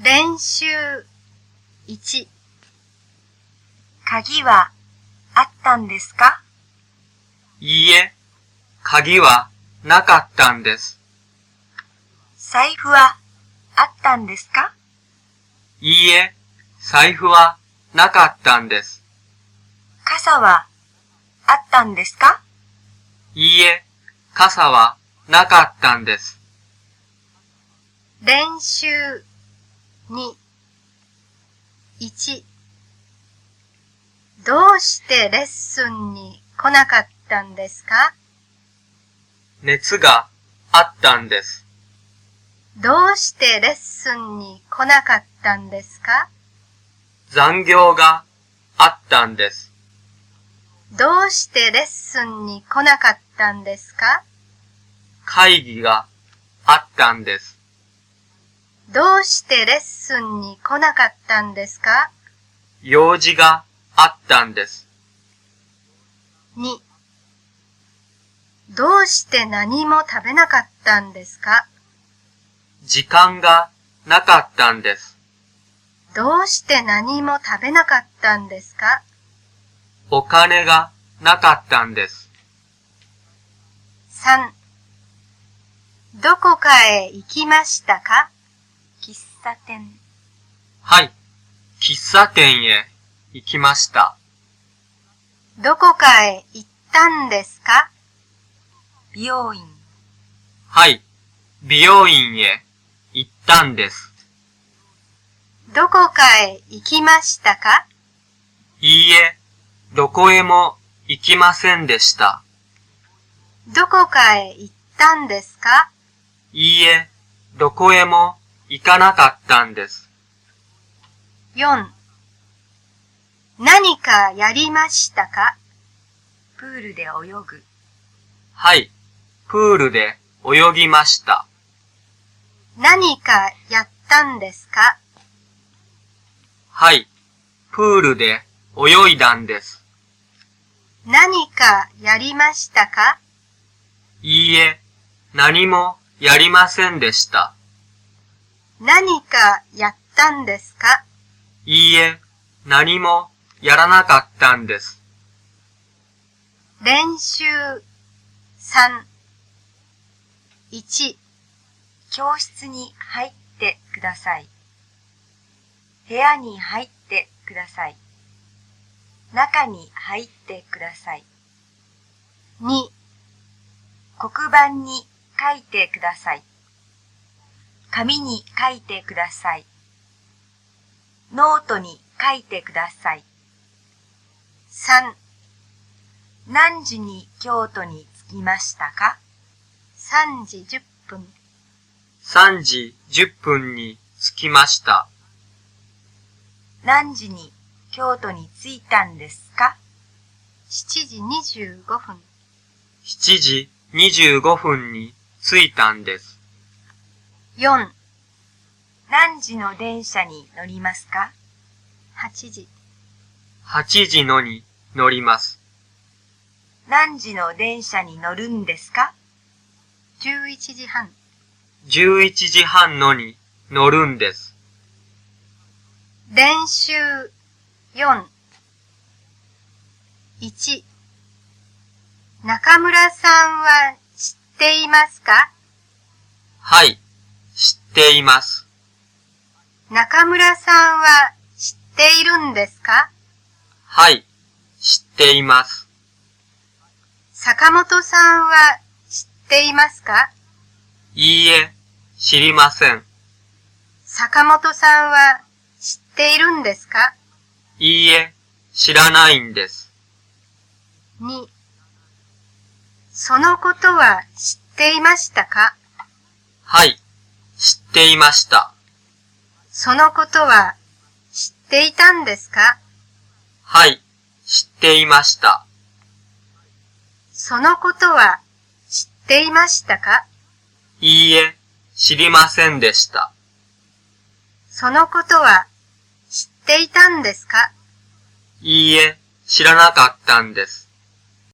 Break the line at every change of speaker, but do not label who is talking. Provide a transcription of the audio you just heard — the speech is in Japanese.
練習1鍵はあったんですか
いいえ、鍵はなかったんです。
財布はあったんですか
いいえ、財布はなかったんです。
傘はあったんですか
いいえ、傘はなかったんです。
練習2 1どうしてレッスンに来なかったんですか
熱があったんです。
どうしてレッスンに来なかったんですか
残業があったんです。
どうしてレッスンに来なかったんですか
会議があったんです。
どうしてレッスンに来なかったんですか
用事があったんです。
2どうして何も食べなかったんですか
時間がなかったんです。
どうして何も食べなかったんですか
お金がなかったんです。
3どこかへ行きましたか喫茶店
はい。喫茶店へ行きました。
どこかへ行ったんですか美容院
はい。美容院へ行ったんです。
どこかへ行きましたか
いいえ、どこへも行きませんでした。
どこかへ行ったんですか
いいえ、どこへも行かなかったんです。
?4 何かやりましたかプールで泳ぐ。
はい。プールで泳ぎました。
何かやったんですか
はい。プールで泳いだんです。
何かやりましたか
いいえ、何もやりませんでした。
何かやったんですか
いいえ、何もやらなかったんです。
練習3 1教室に入ってください。部屋に入ってください。中に入ってください。2黒板に書いてください。紙に書いてください。ノートに書いてください。3何時に京都に着きましたか ?3 時10分。
3時10分に着きました。
何時に京都に着いたんですか ?7 時25分。
7時25分に着いたんです。
4何時の電車に乗りますか ?8 時。
8時のに乗ります。
何時の電車に乗るんですか ?11 時半。
11時半のに乗るんです。
練習4 1中村さんは知っていますか
はい、知っています。
中村さんは知っているんですか
はい、知っています。
坂本さんは知っていますか
いいえ、知りません。
坂本さんは知っているんですか
いいえ、知らないんです。
?2 そのことは知っていましたか
はい、知っていました。
そのことは知っていたんですか
はい、知っていました。
そのことは知っていましたか
いいえ、知りませんでした。
そのことは知っていたんですか
いいえ、知らなかったんです。